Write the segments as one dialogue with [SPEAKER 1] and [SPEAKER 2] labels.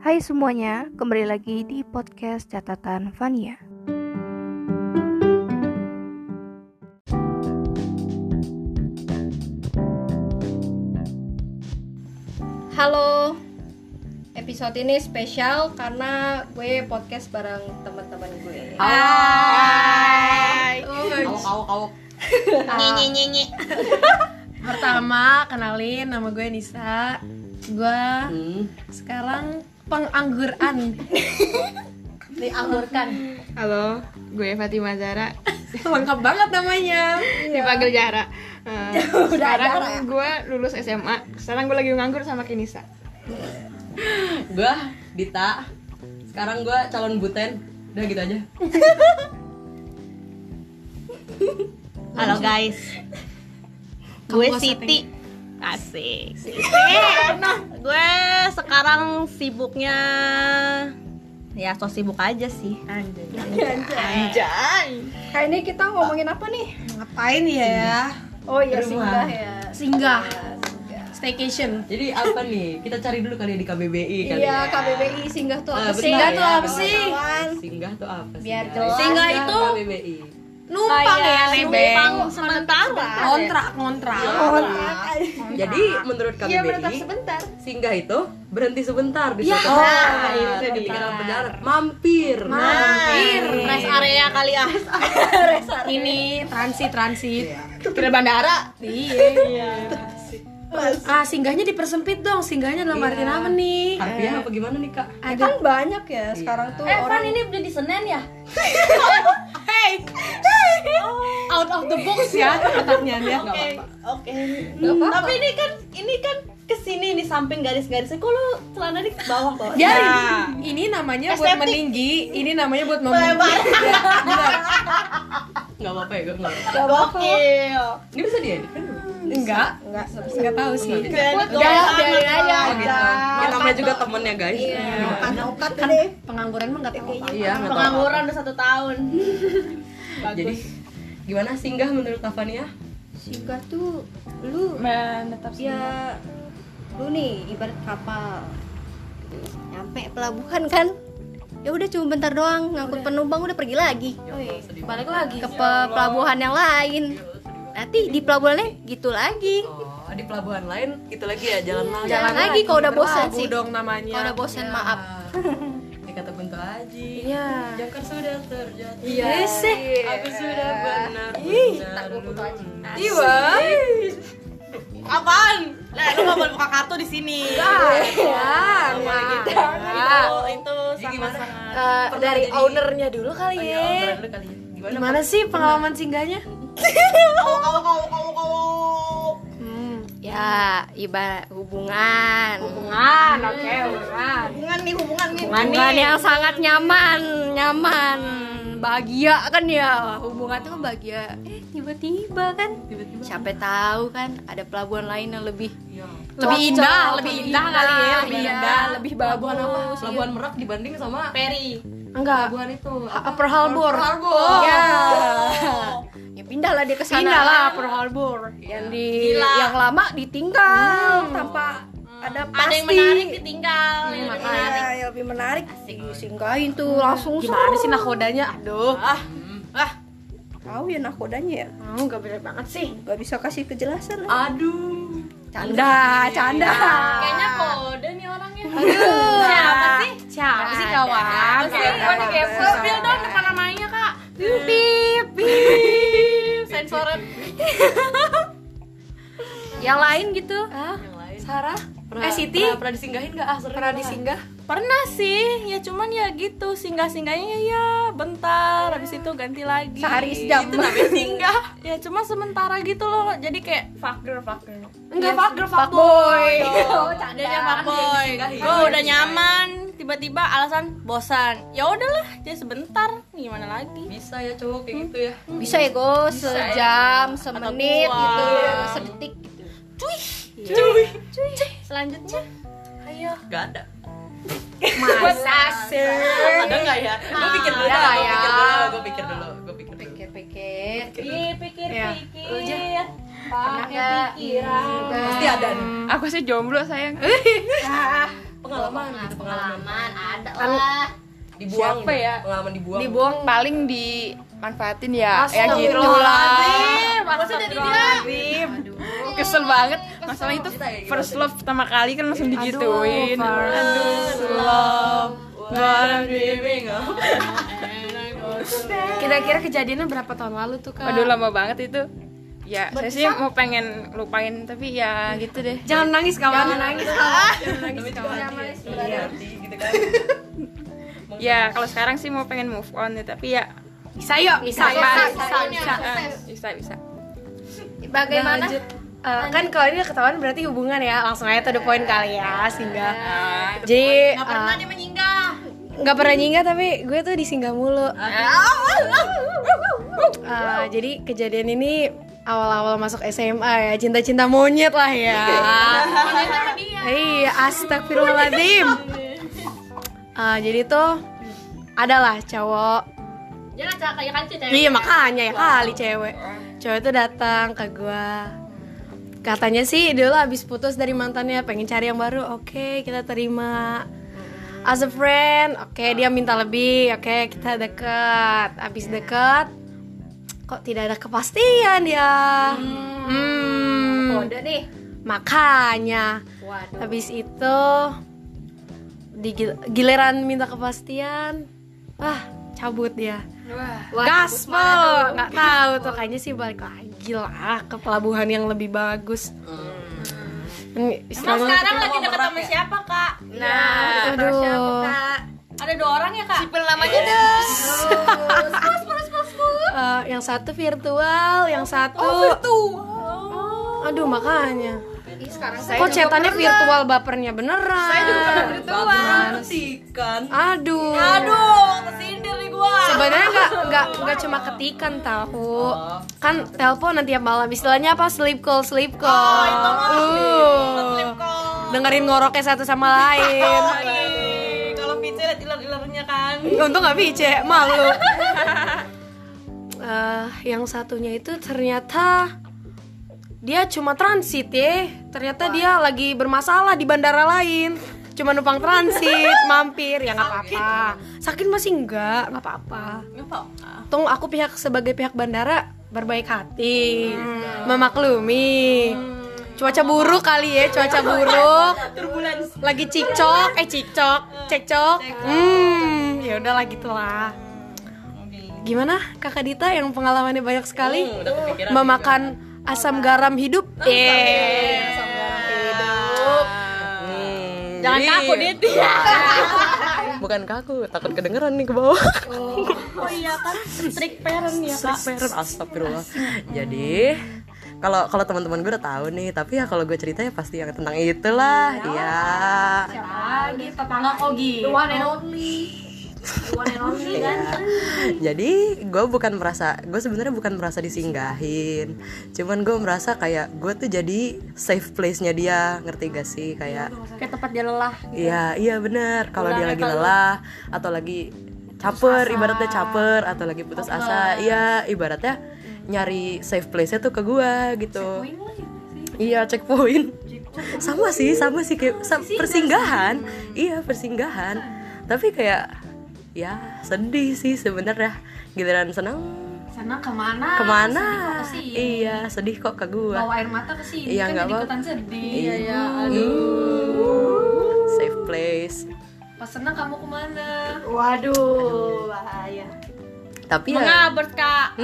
[SPEAKER 1] Hai semuanya, kembali lagi di podcast catatan Vania.
[SPEAKER 2] Halo, episode ini spesial karena gue podcast bareng teman-teman gue.
[SPEAKER 3] Hai.
[SPEAKER 4] Awok awok awok.
[SPEAKER 3] Nyi nyi nyi.
[SPEAKER 4] Pertama kenalin nama gue Nisa. Gue
[SPEAKER 3] Hmm.
[SPEAKER 4] sekarang pengangguran.
[SPEAKER 2] Dianggurkan.
[SPEAKER 5] Halo, gue Fatima Zara,
[SPEAKER 4] Lengkap banget namanya.
[SPEAKER 5] dipanggil Zara. Eh,
[SPEAKER 2] Zara.
[SPEAKER 6] ya?
[SPEAKER 5] sekarang gue lulus SMA. Sekarang gue lagi nganggur sama Kenisa.
[SPEAKER 3] Gue Dita. Sekarang gue calon buten. Udah gitu aja.
[SPEAKER 4] Halo guys.
[SPEAKER 3] Gue
[SPEAKER 4] Siti. Asik.
[SPEAKER 6] Eh,
[SPEAKER 3] Gue sekarang sibuknya ya so sibuk aja sih.
[SPEAKER 2] Kali ini kita ngomongin apa nih?
[SPEAKER 4] Ngapain ya?
[SPEAKER 2] Oh iya
[SPEAKER 3] Rumah.
[SPEAKER 2] singgah ya.
[SPEAKER 4] Singgah. Staycation.
[SPEAKER 3] Jadi apa nih? Kita cari dulu kali ya di KBBI kali.
[SPEAKER 2] Iya
[SPEAKER 3] ya.
[SPEAKER 2] KBBI singgah tuh
[SPEAKER 3] Ah,
[SPEAKER 2] apa
[SPEAKER 3] betul
[SPEAKER 2] sih?
[SPEAKER 3] ya,
[SPEAKER 4] Singgah tuh apa sih?
[SPEAKER 2] kawan-kawan?
[SPEAKER 3] Singgah tuh apa sih?
[SPEAKER 2] Biar
[SPEAKER 3] guys?
[SPEAKER 2] jelas.
[SPEAKER 4] Singgah itu
[SPEAKER 3] KBBI.
[SPEAKER 4] Numpang ya,
[SPEAKER 5] Iya, nebeng.
[SPEAKER 4] sementara. Kontrak, kontrak.
[SPEAKER 3] Jadi menurut KBBI
[SPEAKER 2] sebentar.
[SPEAKER 3] singgah itu berhenti sebentar di
[SPEAKER 4] Ya,
[SPEAKER 3] suatu tempat. Ketika dalam perjalanan mampir.
[SPEAKER 4] Mampir.
[SPEAKER 6] Iya. rest area kali ah
[SPEAKER 4] Ini transit, transit.
[SPEAKER 5] Kira bandara.
[SPEAKER 4] Iya. Ah, singgahnya dipersempit dong. Singgahnya dalam arti apa nih?
[SPEAKER 3] Harfiah apa gimana nih kak?
[SPEAKER 2] Kan banyak ya
[SPEAKER 4] Iya.
[SPEAKER 2] sekarang tuh orang
[SPEAKER 6] ini udah di Senen ya
[SPEAKER 4] Out of the box ya pertanyaannya.
[SPEAKER 3] Nggak apa-apa.
[SPEAKER 6] oke
[SPEAKER 2] Nggak apa-apa.
[SPEAKER 6] tapi ini kan ini kan kesini di samping garis-garisnya kok lu celana di bawah bawah
[SPEAKER 4] Jadi, Iya. ini namanya buat
[SPEAKER 6] Estetik.
[SPEAKER 4] meninggi, ini namanya buat membuka.
[SPEAKER 3] Nggak apa-apa ya, gue nggak apa-apa.
[SPEAKER 6] gokil
[SPEAKER 3] Ini bisa dia? Kan gitu.
[SPEAKER 4] Enggak, enggak, enggak tahu sih.
[SPEAKER 6] Gak, biarin aja
[SPEAKER 3] Oh, gitu. Ya, namanya juga temen ya guys.
[SPEAKER 4] Iya. Kan pengangguran mah enggak tahu. apa.
[SPEAKER 3] Iya, nggak tahu
[SPEAKER 6] pengangguran udah satu tahun
[SPEAKER 3] apa. Jadi gimana singgah menurut Tafania?
[SPEAKER 2] singgah tuh lu
[SPEAKER 4] Menetap
[SPEAKER 2] ya lu nih ibarat kapal nyampe pelabuhan kan ya udah cuma bentar doang ngangkut penumpang udah pergi lagi
[SPEAKER 4] balik lagi.
[SPEAKER 2] ke pe- pelabuhan yang lain nanti di pelabuhan lain gitu lagi
[SPEAKER 3] Oh, di pelabuhan lain itu lagi ya jalan laut.
[SPEAKER 2] jalan lagi kalau udah bosan
[SPEAKER 4] Lagu
[SPEAKER 2] sih
[SPEAKER 4] dong
[SPEAKER 2] kalau udah
[SPEAKER 4] namanya.
[SPEAKER 2] bosan maaf
[SPEAKER 3] Ini kata Kunto Aji.
[SPEAKER 4] Iya.
[SPEAKER 3] Jangkar sudah terjatuh.
[SPEAKER 4] Iya.
[SPEAKER 3] Aku sudah benar. Ih, Kunto Aji.
[SPEAKER 4] Iya.
[SPEAKER 6] apaan lah lu nggak boleh buka kartu di sini itu Oh, itu
[SPEAKER 3] gimana?
[SPEAKER 6] sangat-sangat
[SPEAKER 2] Eh,
[SPEAKER 3] dari ownernya
[SPEAKER 4] dulu kali
[SPEAKER 3] ya. Owner dulu kali. ya. Gimana?
[SPEAKER 4] Gimana sih pengalaman singgahnya?
[SPEAKER 2] ya ibarat hubungan
[SPEAKER 4] Hubungan, oke, hubungan.
[SPEAKER 6] hubungan nih hubungan nih
[SPEAKER 2] hubungan yang sangat nyaman nyaman bahagia kan ya hubungan tuh bahagia eh tiba-tiba kan
[SPEAKER 3] Tiba-tiba.
[SPEAKER 2] siapa tahu kan ada pelabuhan lain yang lebih
[SPEAKER 3] Iya.
[SPEAKER 2] lebih indah, lebih indah kali ya, lebih
[SPEAKER 4] Iya,
[SPEAKER 2] indah, lebih bagus.
[SPEAKER 3] Pelabuhan Merak dibanding sama
[SPEAKER 6] Peri
[SPEAKER 4] Enggak.
[SPEAKER 3] pelabuhan itu.
[SPEAKER 4] Upper Harbor.
[SPEAKER 2] Ya. Ya pindah lah dia ke sana.
[SPEAKER 4] Pindah lah Pearl Harbor. Yang
[SPEAKER 2] Ya.
[SPEAKER 4] di
[SPEAKER 6] Gila.
[SPEAKER 2] Yang lama ditinggal tanpa Hmm. ada pasti.
[SPEAKER 6] ada yang menarik ditinggal
[SPEAKER 4] Iya.
[SPEAKER 6] yang lebih
[SPEAKER 2] Nah,
[SPEAKER 6] menarik
[SPEAKER 2] yang lebih menarik disinggahin tuh langsung
[SPEAKER 4] gimana
[SPEAKER 2] seru. Ah.
[SPEAKER 4] sih nakodanya? Aduh.
[SPEAKER 2] Hmm. Tahu ya nakodanya ya.
[SPEAKER 4] Mau gak bener banget sih.
[SPEAKER 2] Gak bisa kasih kejelasan. lah. Iya.
[SPEAKER 3] Aduh.
[SPEAKER 2] Canda, canda.
[SPEAKER 6] kayaknya kode nih orangnya
[SPEAKER 4] Siapa sih? Siapa sih kawan?
[SPEAKER 6] Siapa sih? Spill dong depan namanya kak
[SPEAKER 4] Pip,
[SPEAKER 6] Pip, Sensoran
[SPEAKER 2] Yang lain gitu.
[SPEAKER 3] Yang lain.
[SPEAKER 4] Sarah?
[SPEAKER 3] Pernah,
[SPEAKER 4] Eh, Siti?
[SPEAKER 3] pernah, pernah disinggahin gak? Ah, seru
[SPEAKER 4] Pernah
[SPEAKER 3] banget.
[SPEAKER 4] disinggah?
[SPEAKER 6] Pernah sih, ya cuman ya gitu singgah-singgahnya ya bentar, habis itu ganti lagi.
[SPEAKER 2] Sehari sejam.
[SPEAKER 6] Itu namanya singgah. ya cuma sementara gitu loh, jadi kayak fucker fucker.
[SPEAKER 3] Iya,
[SPEAKER 4] Enggak, fuck girl, fuck boy.
[SPEAKER 6] Dia nyaman boy. Oh, udah nyaman, tiba-tiba alasan bosan. Ya udahlah, jadi sebentar, gimana lagi?
[SPEAKER 3] Bisa ya cowok kayak gitu ya.
[SPEAKER 2] Bisa ya, Go, sejam, semenit
[SPEAKER 6] Atau
[SPEAKER 2] gitu,
[SPEAKER 6] buang.
[SPEAKER 2] sedetik.
[SPEAKER 6] Selanjutnya
[SPEAKER 3] Gak ada. Ada nggak ya? Gue pikir dulu.
[SPEAKER 2] Ada ya.
[SPEAKER 3] Gue pikir dulu. Gue pikir dulu. Gue pikir dulu.
[SPEAKER 2] Pikir-pikir.
[SPEAKER 6] pikir-pikir.
[SPEAKER 2] Pakai pikiran.
[SPEAKER 3] Pasti ada nih.
[SPEAKER 5] Eh, Aku sih jomblo sayang.
[SPEAKER 3] pengalaman gitu, pengalaman
[SPEAKER 6] pengalaman ada lah
[SPEAKER 3] dibuang
[SPEAKER 4] Siapa
[SPEAKER 3] gitu,
[SPEAKER 4] ya?
[SPEAKER 3] pengalaman dibuang
[SPEAKER 4] dibuang
[SPEAKER 5] paling dimanfaatin ya ya gitu lah
[SPEAKER 6] Astagfirullahaladzim Maksudnya dari dia
[SPEAKER 5] kesel banget masalah itu first love pertama kali kan langsung digituin
[SPEAKER 4] first
[SPEAKER 5] love what I'm dreaming of.
[SPEAKER 4] Kira-kira kejadiannya berapa tahun lalu tuh kak?
[SPEAKER 5] Aduh lama banget itu. Ya, saya sih mau pengen lupain tapi ya gitu deh.
[SPEAKER 4] Jangan nangis kawan. Jangan nangis kawan. Jangan nangis kawan.
[SPEAKER 3] Iya, nanti gitu kan
[SPEAKER 5] Ya, kalau sekarang sih mau pengen move on ya, tapi ya
[SPEAKER 4] Bisa yuk. Bisa. Bisa. Bisa. bisa.
[SPEAKER 5] eh, bisa bisa.
[SPEAKER 4] Bagaimana? Eh, kan kalau ini ketahuan berarti hubungan ya langsung aja to the point kali ya singgah. Jadi nggak pernah dia menyinggah. Nggak pernah nyinggah tapi gue tuh disinggah mulu. Eh, jadi kejadian ini awal-awal masuk SMA ya cinta-cinta monyet lah ya. Iya astagfirullahaladzim. Eh, jadi tuh adalah cowok
[SPEAKER 6] Jangan cara kayak kan cewek
[SPEAKER 4] Iya makanya ya kali cewek. Cewek itu datang ke gua. Katanya sih dulu abis putus dari mantannya pengen cari yang baru. Oke, kita terima. As a friend, oke dia minta lebih. Oke, kita dekat. Abis dekat kok tidak ada kepastian ya. Hmm.
[SPEAKER 6] nih
[SPEAKER 4] Makanya habis itu di gil- giliran minta kepastian, wah cabut dia. Gaspol, nggak tahu tuh kayaknya sih balik lagi lah ke pelabuhan yang lebih bagus. Ini
[SPEAKER 6] Hmm. Emang
[SPEAKER 4] Selama,
[SPEAKER 6] Nah, sekarang lagi deket sama siapa kak?
[SPEAKER 4] nah, aduh,
[SPEAKER 6] Ada dua orang ya kak?
[SPEAKER 5] Namanya deh.
[SPEAKER 4] Eh, yang satu virtual, yang satu.
[SPEAKER 6] Oh,
[SPEAKER 4] Oh. Aduh makanya. Kok cetannya virtual bapernya beneran?
[SPEAKER 3] Bagus kan
[SPEAKER 4] Aduh.
[SPEAKER 6] Aduh, kesindir nih gua
[SPEAKER 4] Sebenarnya nggak nggak nggak cuma ketikan tahu. Kan telepon nanti tiap malam istilahnya apa sleep call sleep call.
[SPEAKER 6] Oh,
[SPEAKER 4] Uh. Dengerin ngoroknya satu sama lain.
[SPEAKER 6] Oh, iya. Kalau pizza liat iler-ilernya kan
[SPEAKER 4] Untung nggak pice, malu. Eh, yang satunya itu ternyata dia cuma transit ya. Ternyata dia lagi bermasalah di bandara lain. Cuma numpang transit, mampir ya nggak apa-apa. Sakit masih enggak, nggak apa-apa. Tung aku pihak sebagai pihak bandara berbaik hati, Hmm. memaklumi. Cuaca buruk kali ya, Hmm. cuaca buruk. Lagi cicok, eh cicok, cekcok. Hmm, ya udahlah gitulah. Gimana Kakak Dita yang pengalamannya banyak sekali
[SPEAKER 3] Hmm, udah kepikiran
[SPEAKER 4] memakan asam garam hidup? Iya. Yeay.
[SPEAKER 3] Hmm,
[SPEAKER 6] Jangan
[SPEAKER 4] Iya.
[SPEAKER 3] jadi-
[SPEAKER 6] kaku, Dit
[SPEAKER 3] bukan kaku takut kedengeran nih ke bawah
[SPEAKER 6] Iya, kan? Trik parent ya kak
[SPEAKER 3] Astagfirullah. Astagfirullah. Jadi kalau kalau teman-teman gue udah tahu nih, tapi ya kalau gue cerita ya pasti yang tentang itulah.
[SPEAKER 4] Ya.
[SPEAKER 3] Iya. Iya. Jadi gue bukan merasa gue sebenarnya bukan merasa disinggahin. Cuman gue merasa kayak gue tuh jadi safe place-nya dia, ngerti gak sih? Kayak
[SPEAKER 4] Kayak tempat dia lelah. gitu.
[SPEAKER 3] Iya, iya benar. Kalau dia lagi lelah atau lagi caper, ibaratnya caper atau lagi putus asa, iya ibaratnya nyari safe place-nya tuh ke gua gitu. Iya, checkpoint. Sama sih, sama sih kayak sa- persinggahan. Iya, persinggahan. Tapi kayak ya sedih sih sebenarnya. Giliran senang
[SPEAKER 4] Sana kemana?
[SPEAKER 3] kemana? iya, sedih kok ke gua.
[SPEAKER 4] air mata ke sini
[SPEAKER 3] Iya, nggak apa-apa.
[SPEAKER 4] sedih.
[SPEAKER 3] Iya, iya. Safe place.
[SPEAKER 4] Pas senang kamu kemana?
[SPEAKER 3] Tapi ya
[SPEAKER 6] Mengabert kak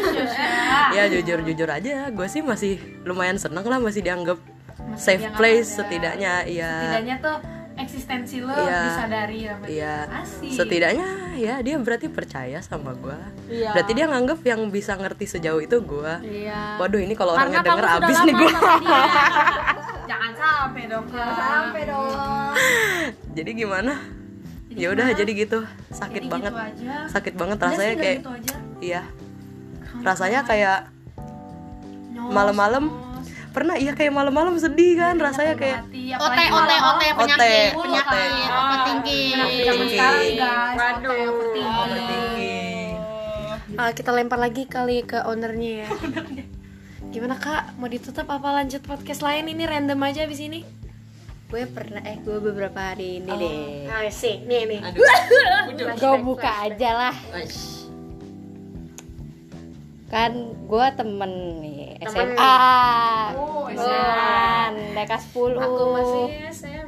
[SPEAKER 3] ya jujur jujur aja gue sih masih lumayan seneng lah masih dianggap safe place setidaknya iya
[SPEAKER 4] tuh eksistensi lo
[SPEAKER 3] Iya.
[SPEAKER 4] disadari sama
[SPEAKER 3] iya setidaknya ya dia berarti percaya sama gue berarti dia nganggep yang bisa ngerti sejauh itu gue waduh ini kalau orangnya denger abis nih gue
[SPEAKER 4] Jangan sampai dong kak. Sampai dong.
[SPEAKER 3] jadi gimana ya udah jadi gitu sakit banget sakit banget rasanya kayak
[SPEAKER 4] gitu
[SPEAKER 3] iya rasanya kayak malam-malam pernah iya kayak malam-malam sedih kan rasanya kayak
[SPEAKER 6] Ote, ote, ote Penyakit,
[SPEAKER 3] Ote,
[SPEAKER 6] penyakit
[SPEAKER 3] ote.
[SPEAKER 6] Overthinking
[SPEAKER 4] Ah, kita lempar lagi kali ke ownernya ya. Gimana kak? Mau ditutup apa lanjut podcast lain ini random aja abis ini?
[SPEAKER 2] gue pernah eh gue beberapa hari ini deh
[SPEAKER 4] Nah,
[SPEAKER 7] Ah, sih, nih nih.
[SPEAKER 2] gue buka aja lah kan gue temen nih
[SPEAKER 7] Temen.
[SPEAKER 2] SMA
[SPEAKER 7] Oh,
[SPEAKER 2] teman DK 10
[SPEAKER 7] Aku masih SMA.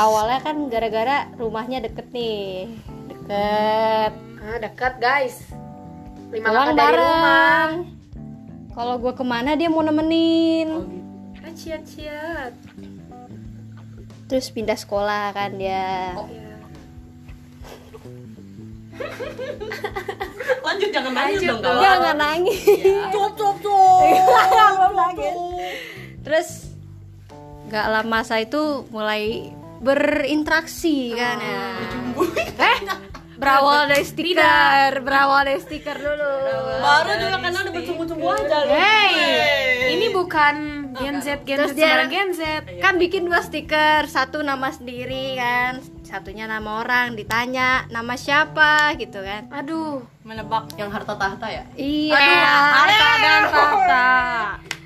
[SPEAKER 2] awalnya kan gara-gara rumahnya deket nih deket
[SPEAKER 7] Ah, dekat guys. Lima
[SPEAKER 2] pulang
[SPEAKER 7] langkah dari rumah.
[SPEAKER 2] bareng kalau gue kemana dia mau nemenin
[SPEAKER 7] Ah, ciat ciat.
[SPEAKER 2] terus pindah sekolah kan dia
[SPEAKER 7] Ya.
[SPEAKER 6] Lanjut jangan nangis dong Iya. kawan.
[SPEAKER 2] jangan nangis
[SPEAKER 6] Cukup cukup cukup.
[SPEAKER 2] terus gak lama saya itu mulai berinteraksi kan
[SPEAKER 7] Ah.
[SPEAKER 2] ya. eh berawal dari stiker berawal dari stiker dulu
[SPEAKER 6] Baru juga karena udah bercumbu-cumbu aja lu.
[SPEAKER 4] Hey, ini bukan Gen Z, Gen Z,
[SPEAKER 2] Terus dia-
[SPEAKER 4] saudara Gen Z.
[SPEAKER 2] kan bikin dua stiker satu nama sendiri kan satunya nama orang ditanya nama siapa gitu kan
[SPEAKER 4] Aduh,
[SPEAKER 6] Menebak yang harta tahta ya?
[SPEAKER 2] iya
[SPEAKER 4] harta dan tahta.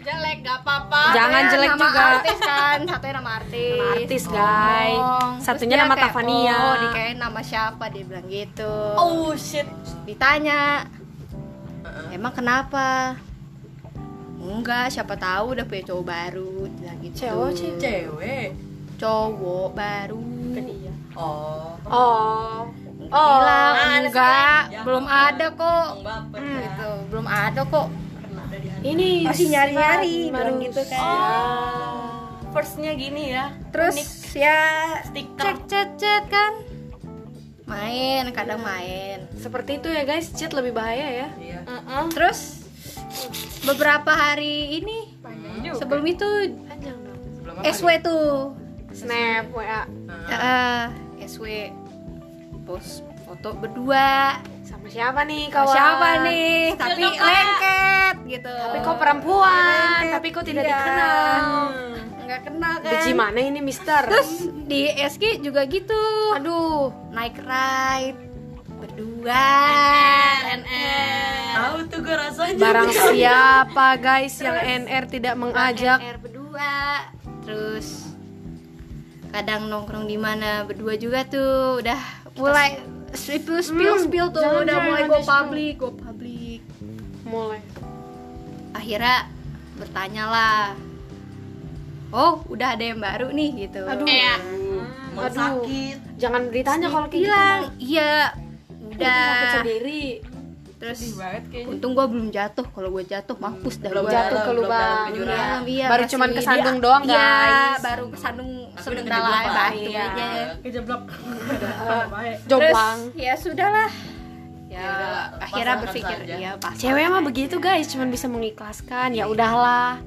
[SPEAKER 2] jelek gak apa-apa
[SPEAKER 4] Jangan
[SPEAKER 2] Satunya
[SPEAKER 4] jelek
[SPEAKER 2] nama
[SPEAKER 4] juga.
[SPEAKER 2] artis kan satunya nama artis Oh.
[SPEAKER 4] Artis, guys.
[SPEAKER 2] Terus
[SPEAKER 4] Satunya
[SPEAKER 2] dia
[SPEAKER 4] nama
[SPEAKER 2] kayak,
[SPEAKER 4] Tafania.
[SPEAKER 2] oh dikirain nama siapa dia bilang gitu
[SPEAKER 6] Oh shit.
[SPEAKER 2] ditanya
[SPEAKER 4] Uh-uh.
[SPEAKER 2] emang kenapa enggak siapa tahu udah punya cowok baru bilang gitu
[SPEAKER 7] oh,
[SPEAKER 2] cowok
[SPEAKER 6] Cewek.
[SPEAKER 2] cowok baru
[SPEAKER 6] Oh.
[SPEAKER 7] Oh,
[SPEAKER 2] bilang
[SPEAKER 6] Ah,
[SPEAKER 2] enggak belum ada kok
[SPEAKER 6] Baper. ya.
[SPEAKER 2] gitu belum ada kok
[SPEAKER 7] ini
[SPEAKER 2] masih nyari nyari bilang gitu kan
[SPEAKER 6] Oh, Firstnya gini ya.
[SPEAKER 2] terus ya cek
[SPEAKER 6] Stiker.
[SPEAKER 2] cek cek kan main kadang
[SPEAKER 6] Iya.
[SPEAKER 2] main
[SPEAKER 7] seperti itu ya guys, chat lebih bahaya ya.
[SPEAKER 2] Iya. terus beberapa hari ini sebelum itu
[SPEAKER 7] Panjang dong.
[SPEAKER 2] SW tuh Ya,
[SPEAKER 7] Snap, WA,
[SPEAKER 2] Ah. Heeh, SW post foto berdua
[SPEAKER 7] sama siapa nih
[SPEAKER 2] Sama
[SPEAKER 7] kawan?
[SPEAKER 2] siapa nih tapi
[SPEAKER 6] dong, Kak.
[SPEAKER 2] lengket gitu
[SPEAKER 7] Tapi kok perempuan, tapi kok tidak dikenal.
[SPEAKER 2] nggak kenal iya. kan
[SPEAKER 7] Biji mana ini Mister?
[SPEAKER 2] terus di SG juga gitu
[SPEAKER 7] aduh,
[SPEAKER 2] naik ride berdua
[SPEAKER 6] Tahu tuh gue rasanya.
[SPEAKER 4] Barang siapa guys yang NR tidak mengajak
[SPEAKER 2] air berdua terus kadang nongkrong di mana berdua juga tuh udah mulai spill spill spill tuh
[SPEAKER 7] Hmm, jangan,
[SPEAKER 2] udah
[SPEAKER 7] jangan,
[SPEAKER 2] mulai
[SPEAKER 7] jangan di
[SPEAKER 2] go
[SPEAKER 7] spill.
[SPEAKER 2] public go public
[SPEAKER 7] mulai.
[SPEAKER 2] akhirnya bertanyalah oh udah ada yang baru nih gitu
[SPEAKER 7] Aduh.
[SPEAKER 6] Iya. Mau
[SPEAKER 7] Aduh.
[SPEAKER 6] sakit.
[SPEAKER 7] Jangan ditanya kalau kayak gitu.
[SPEAKER 2] bilang iya
[SPEAKER 7] Takut
[SPEAKER 2] udah
[SPEAKER 7] sendiri.
[SPEAKER 2] terus
[SPEAKER 5] banget kayaknya
[SPEAKER 2] untung gue belum jatuh kalau gue jatuh mampus dah
[SPEAKER 6] Belum
[SPEAKER 2] gue
[SPEAKER 7] Jatuh ke lubang.
[SPEAKER 2] Iya, iya,
[SPEAKER 4] Baru
[SPEAKER 2] masih-
[SPEAKER 4] cuman kesandung doang,
[SPEAKER 2] iya,
[SPEAKER 4] guys.
[SPEAKER 2] baru kesandung
[SPEAKER 6] udah
[SPEAKER 2] sebentar
[SPEAKER 6] gede
[SPEAKER 2] lah
[SPEAKER 6] belum,
[SPEAKER 2] batu
[SPEAKER 4] Iya.
[SPEAKER 2] aja
[SPEAKER 5] Kejeblok.
[SPEAKER 4] Joblang.
[SPEAKER 2] Terus, ya sudahlah ya,
[SPEAKER 6] udahlah,
[SPEAKER 2] akhirnya
[SPEAKER 6] pasrahkan
[SPEAKER 2] berpikir
[SPEAKER 6] saja.
[SPEAKER 2] ya pas
[SPEAKER 7] Cewek mah begitu guys, cuman bisa mengikhlaskan. Ya udahlah.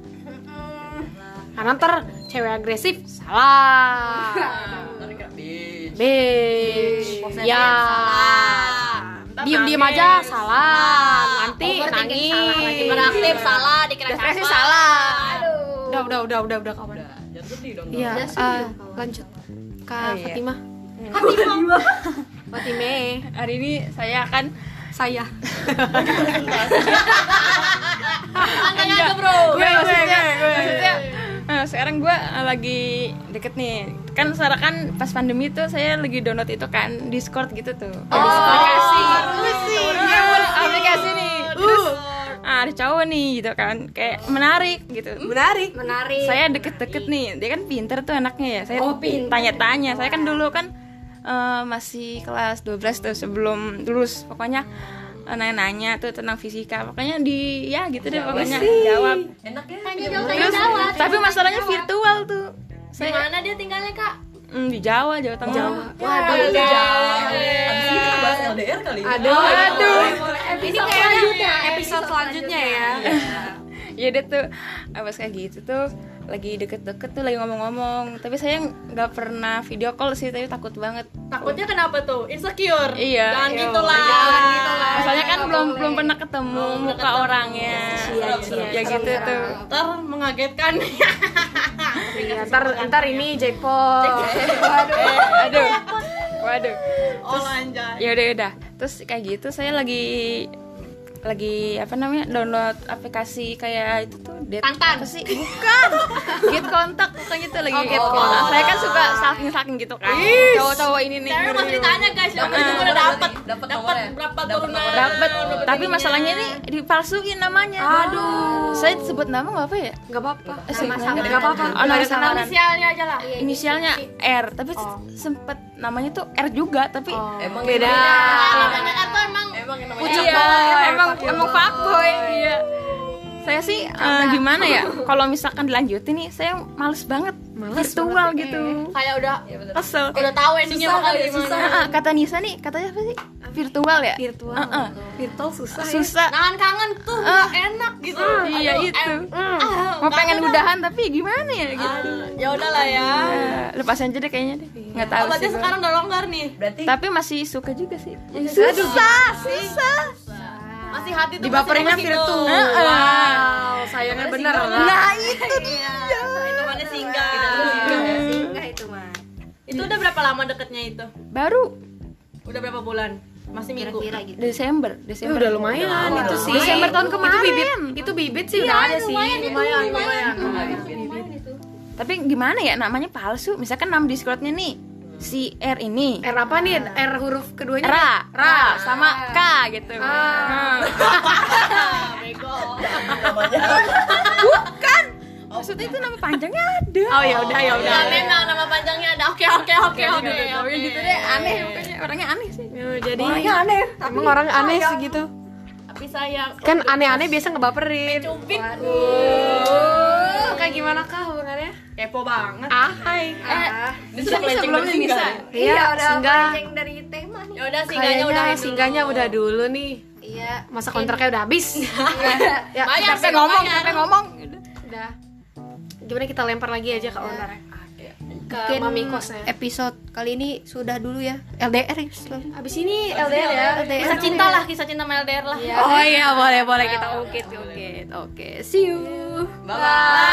[SPEAKER 7] Karena ntar cewek agresif salah.
[SPEAKER 6] Tapi kayak, "Bitch."
[SPEAKER 7] Bitch. Ya. Diem-diem aja salah. Nanti
[SPEAKER 2] Overthinking salah, lagi
[SPEAKER 7] nangis.
[SPEAKER 6] Beraktif salah, dikira
[SPEAKER 7] Depresi
[SPEAKER 6] siapa.
[SPEAKER 7] salah. Udah, udah, udah, udah, udah kawan.
[SPEAKER 6] Udah, Jangan sedih dong.
[SPEAKER 7] Iya, eh, lanjut. Kak Fatimah. Fatimah.
[SPEAKER 5] Hari ini saya akan
[SPEAKER 7] Saya.
[SPEAKER 6] Enggak, bro.
[SPEAKER 5] gue Iya, maksudnya, maksudnya eh, sekarang gue lagi deket nih kan sekarang kan pas pandemi tuh saya lagi download itu kan Discord gitu tuh aplikasi Iya, bener, aplikasi nih terus ah, ada cowok nih gitu kan kayak menarik gitu menarik
[SPEAKER 2] menarik
[SPEAKER 5] saya deket-deket nih dia kan pinter tuh anaknya ya saya tanya-tanya saya kan dulu kan eh, masih kelas 12 tuh sebelum lulus pokoknya eh, nanya-nanya tuh tentang fisika pokoknya di ya gitu deh pokoknya jawab
[SPEAKER 6] Enak ya.
[SPEAKER 5] Terus, tapi masalahnya virtual tuh. Saya
[SPEAKER 7] Mana dia tinggalnya, Kak?
[SPEAKER 5] mm, di Jawa, Jawa Tengah.
[SPEAKER 6] Waduh, jauh. Abis ini kita bahas LDR kali.
[SPEAKER 3] ya.
[SPEAKER 6] Aduh.
[SPEAKER 7] Ini kayaknya episode selanjutnya ya.
[SPEAKER 5] Ya dia Iya. tuh abis kayak gitu tuh lagi deket-deket tuh lagi ngomong-ngomong. Tapi saya nggak pernah video call sih, tapi takut banget.
[SPEAKER 6] Takutnya kenapa tuh? Insecure.
[SPEAKER 5] Iya.
[SPEAKER 6] Jangan
[SPEAKER 5] Iya.
[SPEAKER 6] gitu lah.
[SPEAKER 5] Masalahnya kan belum belum pernah ketemu muka orangnya. Ya gitu tuh.
[SPEAKER 6] Ntar mengagetkan.
[SPEAKER 4] Iya,
[SPEAKER 7] Ya, ntar, ntar ini jackpot.
[SPEAKER 5] Waduh. Waduh.
[SPEAKER 6] Oh anjay.
[SPEAKER 5] ya udah udah terus kayak gitu saya lagi lagi apa namanya download aplikasi kayak itu tuh date
[SPEAKER 6] Tantan.
[SPEAKER 5] apa sih bukan get kontak kayak kadang itu lagi Nah, saya kan suka stalking stalking gitu kan cowok-cowok ini nih
[SPEAKER 6] Tapi masih ditanya guys, nomor itu gue udah dapet Dapet berapa turunan
[SPEAKER 5] dapat tapi masalahnya ini dipalsuin namanya Iya. aduh saya sebut nama nggak apa ya
[SPEAKER 4] Gak apa-apa
[SPEAKER 5] Eh, sebut nama.
[SPEAKER 4] Gak apa-apa
[SPEAKER 5] Oh, nama samaran.
[SPEAKER 6] Inisialnya aja
[SPEAKER 5] Iya,
[SPEAKER 6] lah
[SPEAKER 5] inisialnya R tapi sempet namanya tuh R juga tapi
[SPEAKER 3] Emang
[SPEAKER 4] Beda
[SPEAKER 6] Namanya atau emang
[SPEAKER 3] Emang yang namanya
[SPEAKER 5] Pucuk boy, Iya, emang emang fuckboy, iya. Saya sih eh, gimana ya? Kalau misalkan dilanjutin nih, saya males Eh, banget virtual gitu.
[SPEAKER 6] kayak udah
[SPEAKER 5] Kesel.
[SPEAKER 6] udah tahu endingnya bakal
[SPEAKER 4] ya?
[SPEAKER 6] gimana
[SPEAKER 5] Ah, ah, kata Nisa nih, katanya apa sih? Virtual ya? Virtual.
[SPEAKER 4] Virtual susah
[SPEAKER 5] Susah. ya?
[SPEAKER 6] Nahan kangen
[SPEAKER 4] Eh.
[SPEAKER 6] tuh enak gitu
[SPEAKER 4] Ah.
[SPEAKER 5] iya
[SPEAKER 6] Aduh,
[SPEAKER 5] itu.
[SPEAKER 6] em-
[SPEAKER 5] Mau pengen udahan tapi gimana ya gitu.
[SPEAKER 6] Ya udahlah ya
[SPEAKER 5] Eh, lepasin aja deh kayaknya deh. Nggak tahu
[SPEAKER 6] Oh, berarti
[SPEAKER 5] sih. gua.
[SPEAKER 6] sekarang udah longgar nih
[SPEAKER 3] Berarti
[SPEAKER 5] Tapi masih suka juga sih. Susah, susah.
[SPEAKER 6] Masih hati tuh
[SPEAKER 4] Dibaperinnya
[SPEAKER 6] masih- masih
[SPEAKER 4] virtual
[SPEAKER 6] go.
[SPEAKER 4] Wow Sayangnya bener
[SPEAKER 6] kan?
[SPEAKER 4] Nah, lah
[SPEAKER 6] Iya. Itu mana singgah Itu udah berapa lama deketnya itu?
[SPEAKER 5] Baru
[SPEAKER 6] Udah berapa bulan? Masih minggu?
[SPEAKER 5] Desember,
[SPEAKER 4] Itu
[SPEAKER 5] Desember.
[SPEAKER 4] gitu. udah lumayan itu sih
[SPEAKER 5] Desember tahun
[SPEAKER 4] Itu
[SPEAKER 5] kemarin.
[SPEAKER 4] bibit Itu bibit sih udah ada sih Lumayan lumayan
[SPEAKER 5] Tapi gimana ya namanya palsu? Misalkan nama Discordnya nih si R ini.
[SPEAKER 4] R apa nih? R huruf keduanya
[SPEAKER 5] Ra, Ra sama K gitu.
[SPEAKER 4] Ah.
[SPEAKER 5] Nah, Bukan. Maksudnya itu nama panjangnya ada.
[SPEAKER 4] Oh ya udah ya udah
[SPEAKER 6] Nah, memang nama panjangnya ada oke oke oke oke oke.
[SPEAKER 5] gitu deh aneh pokoknya orangnya aneh sih.
[SPEAKER 4] Jadi aneh Emang orang aneh sih gitu
[SPEAKER 6] Tapi sayang
[SPEAKER 4] Kan aneh-aneh biasa ngebaperin
[SPEAKER 6] cubit
[SPEAKER 4] Oh, Kayak gimana kah hubungannya?
[SPEAKER 6] kepo banget.
[SPEAKER 4] Ah hai
[SPEAKER 6] Bisa sebelum ini
[SPEAKER 4] Iya singgah
[SPEAKER 6] Ya udah singgahnya udah
[SPEAKER 4] Kayaknya singgahnya udah dulu nih Iya Masa kontraknya udah habis Ya
[SPEAKER 6] Bayar
[SPEAKER 4] kita-
[SPEAKER 6] sih ngomong.
[SPEAKER 5] Sampai ngomong
[SPEAKER 4] udah Gimana kita lempar lagi aja ke owner Ke
[SPEAKER 1] Mungkin
[SPEAKER 4] mami kosnya
[SPEAKER 1] Episode kali ini sudah dulu ya. LDR ya, selalu.
[SPEAKER 4] Abis ini LDR ya
[SPEAKER 6] Kisah cinta lah, kisah cinta sama LDR lah.
[SPEAKER 4] iya, Oh iya boleh boleh kita oke oke oke See you
[SPEAKER 3] Bye.